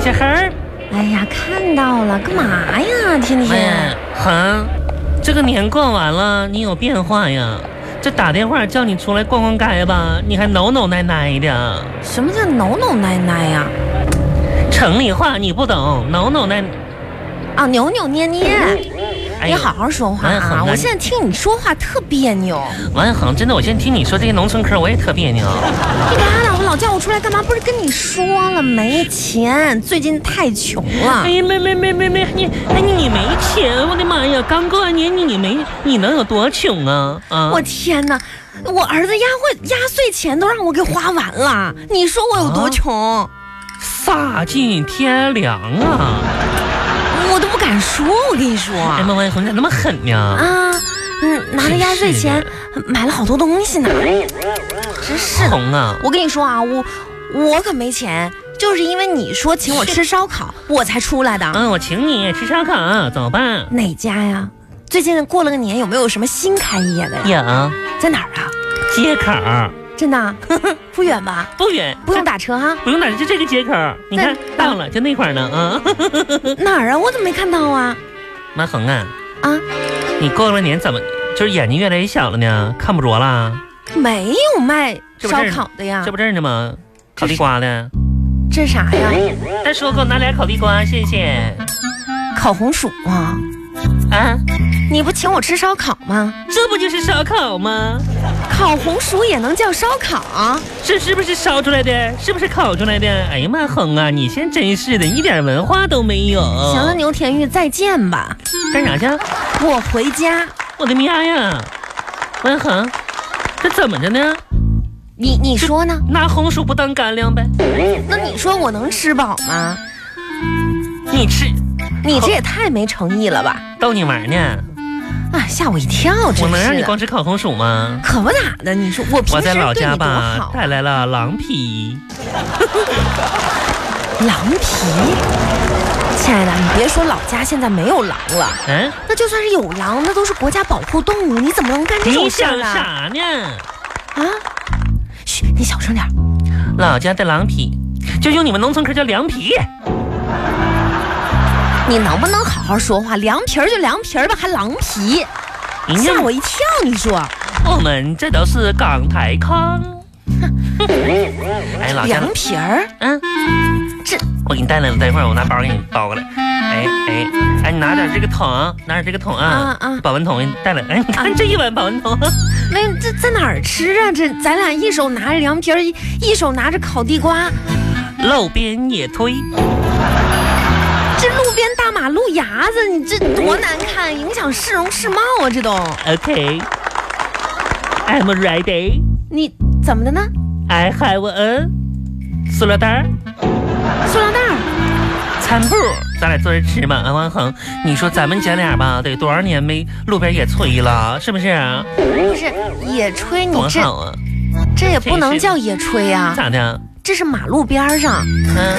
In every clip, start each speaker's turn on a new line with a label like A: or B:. A: 小孩儿，
B: 哎呀，看到了，干嘛呀，天
A: 妈
B: 天
A: 哎呀？，哈，这个年过完了，你有变化呀？这打电话叫你出来逛逛街吧，你还挠挠奶奶的。
B: 什么叫挠挠奶奶呀？
A: 城里话你不懂，挠挠奶。
B: 啊，扭扭捏捏，
A: 哎
B: 你
A: 呦
B: 好，好说话
A: 哎好
B: 啊！
A: 难
B: 我现在听你说话特别扭，
A: 王恒，真的，我现在听你说这些农村嗑，我也特别扭。
B: 你干啥？我老叫我出来干嘛？不是跟你说了没钱，最近太穷了
A: 哎。呀，没没没没没，你哎你你没钱，我的妈呀！刚过完年你你没你能有多穷啊啊！
B: 我天哪！我儿子压岁压岁钱都让我给花完了，你说我有
A: 啊
B: 多穷？
A: 丧尽天良啊！
B: 我都不敢说，我跟你说
A: 哎妈，王恒你咋那么狠呢？
B: 啊，嗯，拿着压岁钱买了好多东西呢，真是的。
A: 红啊！
B: 我跟你说啊，我我可没钱，就是因为你说请我吃烧烤，我才出来的。
A: 嗯，我请你吃烧烤，啊走吧。
B: 哪家呀？最近过了个年，有没有什么新开业的呀？
A: 有
B: 在哪儿啊？
A: 街口
B: 真的 啊不远吧？
A: 不远，
B: 不用打车哈、
A: 不用打，就这个街口，你看
B: 那
A: 到了，就那块儿呢啊。
B: 哪儿啊？我怎么没看到啊？
A: 妈恒啊，
B: 啊，
A: 你过了年怎么就是眼睛越来越小了呢？看不着啦？
B: 啊没有卖
A: 这不
B: 烧
A: 是
B: 烤的呀
A: 这。不这儿呢吗？烤地瓜呢？
B: 这啥呀？
A: 大叔给我拿俩烤地瓜，谢谢。
B: 烤红薯啊！
A: 啊，
B: 你不请我吃烧烤吗？
A: 这不就是烧烤吗？
B: 烤红薯也能叫烧烤啊？
A: 这是不是烧出来的？是不是烤出来的？哎呀妈，恒啊，你先真是的，一点文化都没有。
B: 行
A: 行
B: 了，，牛田玉，再见吧，
A: 干啥去？
B: 我回家。
A: 我的妈呀！文恒，这怎么着呢？
B: 你你说呢？
A: 拿红薯不当干粮呗？
B: 那你说我能吃饱吗？嗯
A: 你吃
B: 你这也太没诚意了吧！
A: 逗你玩呢？
B: 啊，吓我一跳，
A: 我
B: 真
A: 能让
B: 是
A: 你
B: 的。
A: 光吃烤红薯吗？
B: 可不咋的，你说我平
A: 我
B: 时
A: 在老
B: 对
A: 家
B: 你多好
A: 吧，
B: 啊，
A: 带来了狼皮。
B: 狼皮。亲爱的，你别说老家现在没有狼了，
A: 嗯、
B: 那就算是有狼，那都是国家保护动物，你怎么能干这
A: 你
B: 种事
A: 想
B: 儿啊？
A: 啥呢？
B: 啊！嘘，你小声点儿。
A: 老家的狼皮，就用你们农村嗑叫凉皮。
B: 你能不能好好说话？凉皮儿就凉皮儿吧，还狼皮，
A: 人家
B: 吓我一跳！你说
A: 我们这都是港台腔。 哎，老家，
B: 凉皮儿，
A: 嗯，
B: 这
A: 我给你带来了，等一会儿我拿包给你包过来。哎哎哎，你拿点这个桶，拿点这个桶啊，
B: 啊啊
A: 保温桶给你带来。哎，你看这一碗保温桶，
B: 没有这在哪儿吃啊？这咱俩一手拿着凉皮儿，一一手拿着烤地瓜，
A: 路边野炊，
B: 这路边大马路牙子，你这多难看，影响市容市貌啊！这都
A: OK，I'm ready.
B: 你怎么的呢？
A: I have a 塑料袋儿、
B: 塑料袋儿，
A: 餐布，咱俩坐着吃嘛。安王恒，你说咱们姐俩吧，得多少年没路边野炊了，是不是、啊？
B: 不是野炊，你
A: 多
B: 这
A: 好啊！
B: 这也不
A: 这
B: 能
A: 是
B: 叫野炊呀、
A: 咋的？
B: 这是马路边儿上，
A: 嗯，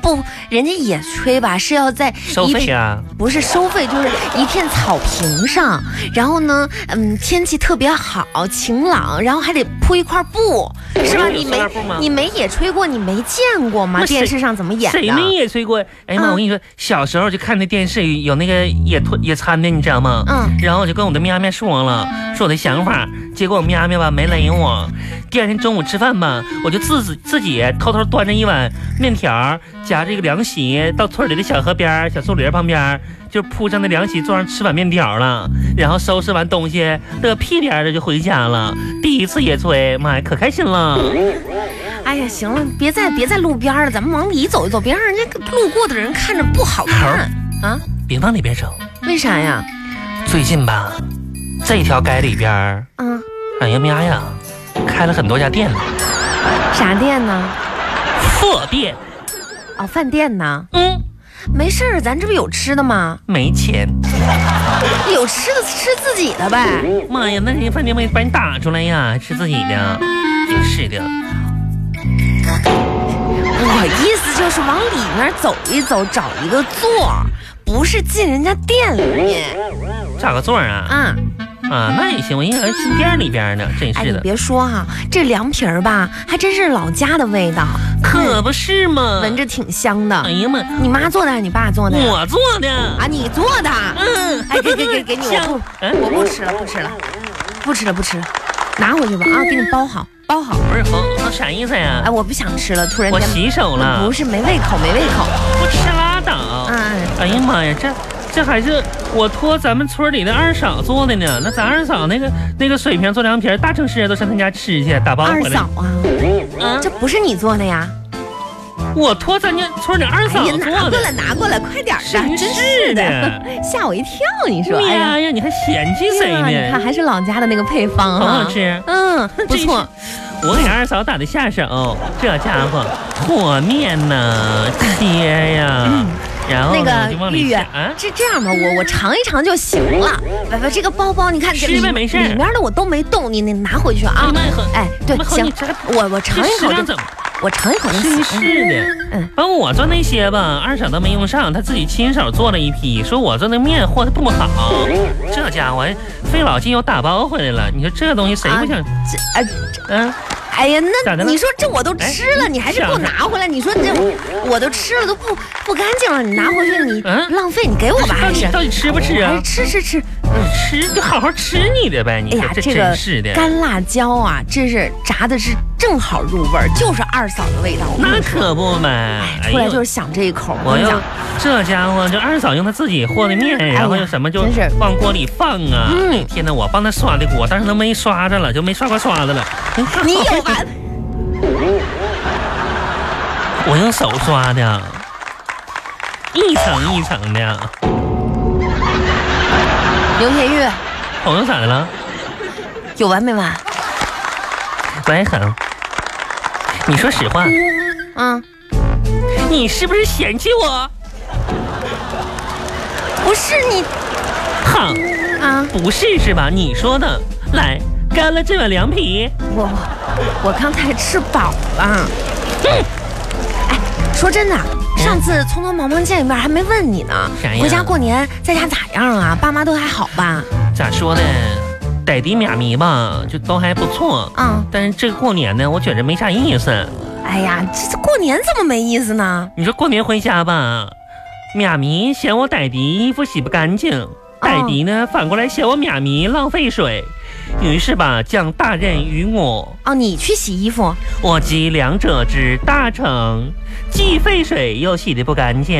B: 不，人家野炊吧是要在
A: 收
B: 一
A: 费啊？
B: 不是收费，就是一片草坪上，然后呢，嗯，天气特别好，晴朗，然后还得铺一块布，是吧？
A: 有
B: 你
A: 塑料
B: 没
A: 布吗
B: 你没野炊过，你没见过吗？
A: 那谁
B: 电视上怎么演
A: 谁没
B: 的？
A: 野炊过？哎呀妈！
B: 嗯
A: 我跟你说，小时候就看那电视有那个野兔野餐的，你知道吗？
B: 嗯。
A: 然后我就跟我的喵喵说了，说我的想法，结果我喵喵吧没勒我。第二天中午吃饭吧，我就自己自己偷偷端着一碗面条，夹着一个凉席，到村里的小河边儿、小树林旁边儿，就铺上那凉席，坐上吃碗面条了。然后收拾完东西，乐屁颠儿的就回家了。第一次野炊，妈呀，可开心了！
B: 哎呀，行了，别再别在路边了，咱们往里走一走，别让人家路过的人看着不好
A: 哎
B: 看啊！
A: 别往里边走。
B: 为啥呀？
A: 最近吧，这条街里边儿，
B: 嗯，
A: 哎呀妈呀，开了很多家店呢，
B: 啥店呢？
A: 破店。
B: 哦，饭店呢？
A: 嗯，
B: 没事儿，咱这不有吃的吗？
A: 没钱。
B: 有吃的吃自己的呗。
A: 妈呀，那人家饭店没把你打出来呀，还吃自己的，真是的。
B: 我意思就是往里面走一走，找一个座儿，不是进人家店里。
A: 找个座儿啊，
B: 啊，
A: 啊，那也行，我应该去店里边呢，真
B: 哎，
A: 是
B: 你
A: 的，
B: 别说哈、这凉皮儿吧，还真是老家的味道，
A: 可不是嘛，
B: 闻，着挺香的。
A: 嗯哎呀妈，
B: 你妈做的还是你爸做的呀？
A: 我做的，
B: 啊，你做的？
A: 嗯，
B: 哎，给给给给你，我
A: 香
B: 不，
A: 嗯，
B: 我不吃了，不吃了，不吃了，不吃了，拿回去吧啊，给你包好，包好。
A: 不是红，那啥意思呀
B: 哎，？我不想吃了，突然
A: 我
B: 间
A: 洗手了
B: 不，是没胃口，没胃口。
A: 不吃拉倒。
B: 嗯，
A: 哎呀妈呀，这这还是我托咱们村里的二嫂做的呢。那咱二嫂那个那个水平做凉皮儿，大城市人都上她家吃去，打包
B: 二
A: 回来
B: 嫂。啊，
A: 嗯
B: 这不是你做的呀？
A: 我托咱家村里二
B: 哎
A: 嫂
B: 呀，拿
A: 做
B: 过
A: 的。
B: 来，拿过来，快点儿的，
A: 真
B: 真
A: 是
B: 是
A: 的
B: 的，吓我一跳，你说？哎呀
A: 妈，呀，你还嫌弃谁
B: 哎呀你
A: 呢？
B: 看还是老家的那个配方
A: 好
B: 啊，
A: 好吃
B: 嗯，不
A: 真是
B: 错。
A: 我给二嫂打的下手，这家伙和面呐，切呀，然后
B: 那
A: 呢我就
B: 个
A: 往
B: 玉
A: 里
B: 玉
A: 下啊，。
B: 这这样吧，我我尝一尝就行了。不不，这个包包你看，
A: 吃
B: 这里
A: 呗没事
B: 里面的我都没动，你你拿回去
A: 哎
B: 啊
A: 呀妈呀很。
B: 哎，对
A: 妈，好
B: 行
A: 你这，
B: 我我尝
A: 这
B: 一
A: 食
B: 口
A: 量
B: 就，
A: 怎么？
B: 我尝一口就
A: 真
B: 行。
A: 是的
B: 嗯，
A: 帮我做那些吧，二嫂都没用上，她自己亲手做了一批，说我做那面和的不好，这家伙费老劲又打包回来了，你说这东西谁不想？
B: 这哎
A: 嗯，
B: 哎呀，
A: 咋的
B: 那
A: 了
B: 你说这我都吃了，
A: 哎
B: 你还是给我
A: 想
B: 拿回来？你说这我都吃了都不不干净了，你拿回去你
A: 嗯
B: 浪费，你给我吧
A: 到
B: 还
A: 底
B: 是？
A: 到底吃不吃
B: 还
A: 啊
B: 是？吃吃吃，
A: 吃就好好吃你的呗，你
B: 哎
A: 说
B: 呀，
A: 这
B: 这个
A: 真是的，
B: 干辣椒啊，真是炸的是正好入味儿，就是二嫂的味道。我跟
A: 那
B: 你说
A: 可不嘛，哎
B: 出来
A: 呦
B: 就是想这一口。
A: 我
B: 跟你
A: 要
B: 讲，
A: 这家伙，这二嫂用她自己和的面，然后
B: 哎呀
A: 用什么就
B: 真是
A: 往锅里放啊！
B: 嗯
A: 哎天哪，我帮她刷的锅，但是她没刷着了，就没刷过刷子了。
B: 你有吧？
A: 我用手刷的，一层一层的。
B: 刘天玉
A: 朋友咋的了？
B: 有完没完？
A: 白恒，你说实话，嗯
B: 啊，
A: 你是不是嫌弃我？
B: 不是你
A: 哼，
B: 啊，
A: 不是是吧？你说的，来干了这碗凉皮。
B: 我我我刚才吃饱了。
A: 嗯
B: 哎，说真的，上次匆匆忙忙见一面还没问你呢
A: 啥呀。
B: 回家过年在家咋样啊？爸妈都还好吧？
A: 咋说呢？逮地俩迷吧，就都还不错。
B: 嗯，
A: 但是这个过年呢，我觉着没啥意思。
B: 哎呀，这这过年怎么没意思呢？
A: 你说过年回家吧，妈咪嫌我傣迪衣服洗不干净，傣迪呢反过来嫌我妈咪浪费水，于是吧将大任于我，
B: 哦，你去洗衣服，
A: 我集两者之大成，既费水又洗的不干净。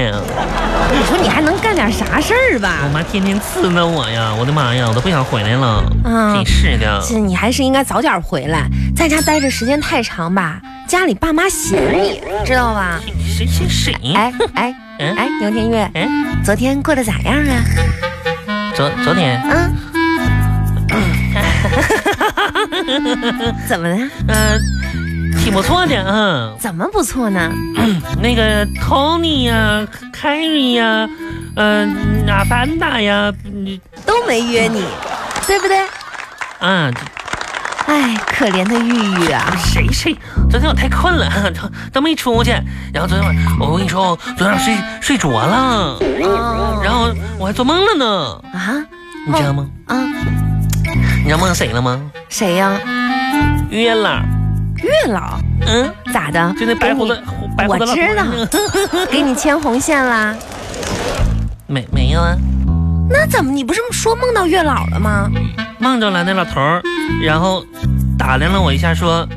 B: 你说你还能干点啥事儿吧
A: 我？妈天天刺挠我呀，我的妈呀，我都不想回来了。
B: 嗯
A: 真是的，
B: 这你还是应该早点回来，在家待着时间太长吧，家里爸妈嫌你，知道吧？
A: 谁谁谁？
B: 哎哎
A: 嗯
B: 哎，牛天月，
A: 嗯，
B: 昨天过得咋样啊？
A: 昨昨天。
B: 嗯， 怎么了？
A: 嗯，挺不错的，嗯，
B: 怎么不错呢？
A: 那个 Tony 呀、c a r r y 呀、嗯、阿凡达呀，嗯
B: 都没约你，对不对？
A: 啊，
B: 哎，可怜的玉玉啊！
A: 谁谁，昨天我太困了， 都都没出去，然后昨天晚上，我跟你说，昨天晚上睡睡着了，
B: 哦
A: 然后我还做梦了呢，
B: 啊
A: 嗯你知道吗？
B: 啊，
A: 你知道梦谁了吗？
B: 谁呀、
A: 月老，
B: 月老
A: 嗯，
B: 咋的？
A: 就那白胡子，白胡子老头
B: 我给你牵红线啦？
A: 没没有啊，
B: 那怎么？你不是说梦到月老了吗？
A: 梦着了那老头儿，然后打量了我一下，说。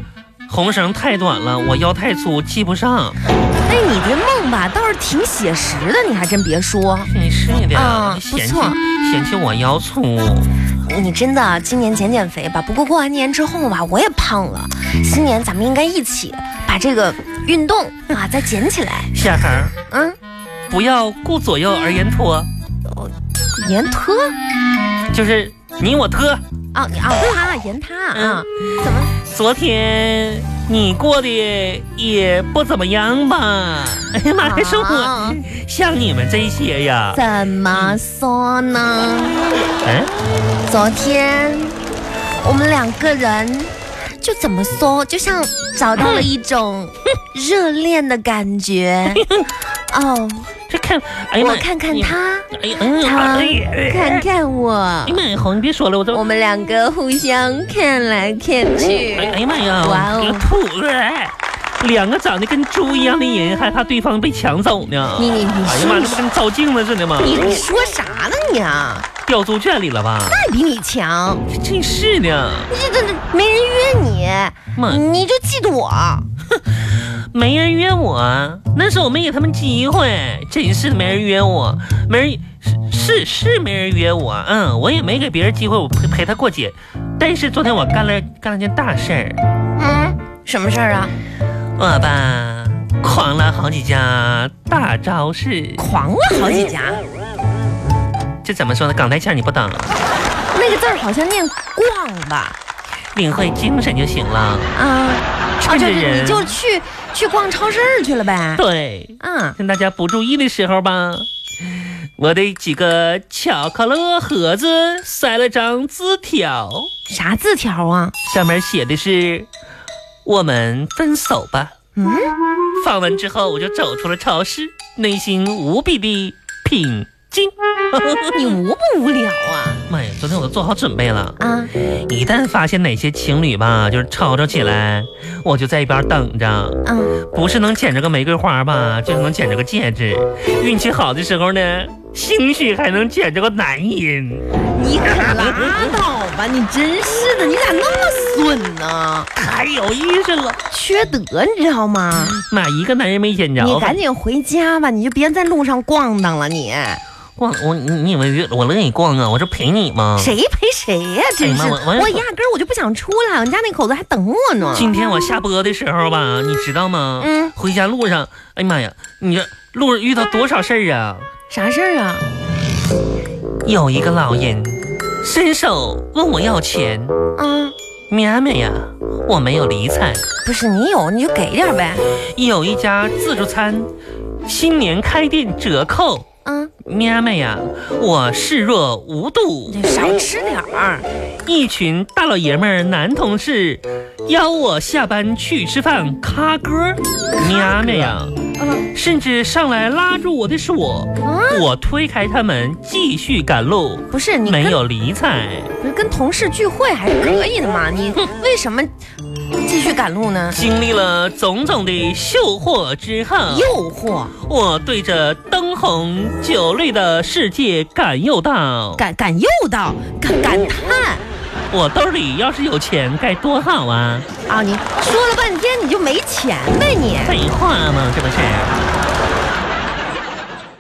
A: 红绳太短了，我腰太粗，系不上。
B: 哎，你这梦吧倒是挺写实的，你还真别说，
A: 真是的，
B: 啊
A: 你嫌
B: 不
A: 弃
B: 错
A: 嫌弃我腰粗，
B: 你真的今年减减肥吧。不过过完年之后吧，我也胖了，新年咱们应该一起把这个运动啊再捡起来。
A: 下行
B: 嗯，
A: 不要顾左右而言他，
B: 盐特
A: 就是你我他。
B: 啊，你啊对啊，盐他啊，怎么？
A: 昨天你过得也不怎么样吧？哎呀妈，还说我
B: 啊
A: 像你们这些呀？
B: 怎么说呢？
A: 嗯，
B: 昨天我们两个人就怎么说，就像找到了一种热恋的感觉。哦，
A: 这看，哎呀妈
B: 我
A: 呀，
B: 看看他，
A: 哎呀，嗯，
B: 他
A: 哎呀哎呀
B: 看看我
A: 哎呀，妈呀，好，你别说了，我这
B: 我们两个互相看来看去
A: 哎。哎呀妈呀！
B: 哇哦
A: 我吐了！哎两个长得跟猪一样的人，
B: 嗯
A: 还怕对方被抢走呢？
B: 你你你
A: 哎呀
B: 说
A: 妈，
B: 你
A: 这不跟照镜子似的吗？
B: 你你说啥呢你啊？
A: 掉猪圈里了吧？
B: 那比你强，
A: 真是的，
B: 你这这这没人约你，
A: 妈，
B: 你就嫉妒我。
A: 没人约我，那时候我没给他们机会，真是的，没人约我，没人是是是没人约我，嗯，我也没给别人机会，我陪陪他过节。但是昨天我干了干了件大事儿，
B: 嗯，什么事儿啊？
A: 我吧狂了好几家大超市，
B: 狂了好几家，
A: 这怎么说呢？港台腔你不懂。
B: 那个字儿好像念逛吧？
A: 领会精神就行了。
B: 啊，啊，
A: 趁着
B: 这这
A: 人
B: 你就去去逛超市儿去了呗？
A: 对，
B: 嗯，
A: 趁大家不注意的时候吧，我的几个巧克力盒子塞了张字条，
B: 啥字条啊？
A: 上面写的是“我们分手吧”。
B: 嗯，
A: 放完之后，我就走出了超市，内心无比的平静。
B: 你无不无聊啊？
A: 妈呀，昨天我都做好准备了。
B: 啊，
A: 一旦发现哪些情侣吧，就是吵吵起来，我就在一边等着。
B: 嗯，
A: 不是能捡着个玫瑰花吧，就是能捡着个戒指。运气好的时候呢，兴许还能捡着个男人。
B: 你可拉倒吧！你真是的，你咋那么损呢？
A: 太有意思了，
B: 缺德，你知道吗？
A: 哪一个男人没捡着？
B: 你赶紧回家吧，你就别在路上逛荡了你。
A: 逛我，你你以为我乐意逛啊？我这陪你吗？
B: 谁陪谁呀、真是，
A: 哎妈我我也
B: 我压根儿我就不想出来，我们家那口子还等我呢。
A: 今天我下播的时候吧，你知道吗？
B: 嗯，
A: 回家路上，哎呀妈呀，你这路上遇到多少事儿啊？
B: 啥事儿啊？
A: 有一个老人伸手问我要钱，嗯
B: 啊，
A: 喵喵呀，我没有理睬。
B: 不是你有你就给点儿呗。
A: 有一家自助餐新年开店折扣，
B: 嗯，
A: 喵妹呀，我视若无睹。
B: 你少吃点儿。
A: 一群大老爷们儿男同事邀我下班去吃饭，咖歌儿，喵妹呀，
B: 嗯
A: 甚至上来拉住我的手，
B: 啊，
A: 我推开他们继续赶路，
B: 不是你
A: 没
B: 跟
A: 有理睬。
B: 不是跟同事聚会还是可以的嘛？你为什么继续赶路呢？
A: 经历了种种的诱惑之后，
B: 诱惑，
A: 我对着灯红酒绿的世界感又到。
B: 感感诱导，感感叹
A: 我兜里要是有钱该多好啊！
B: 啊！你说了半天你就没钱呗你？
A: 废话嘛，这不是。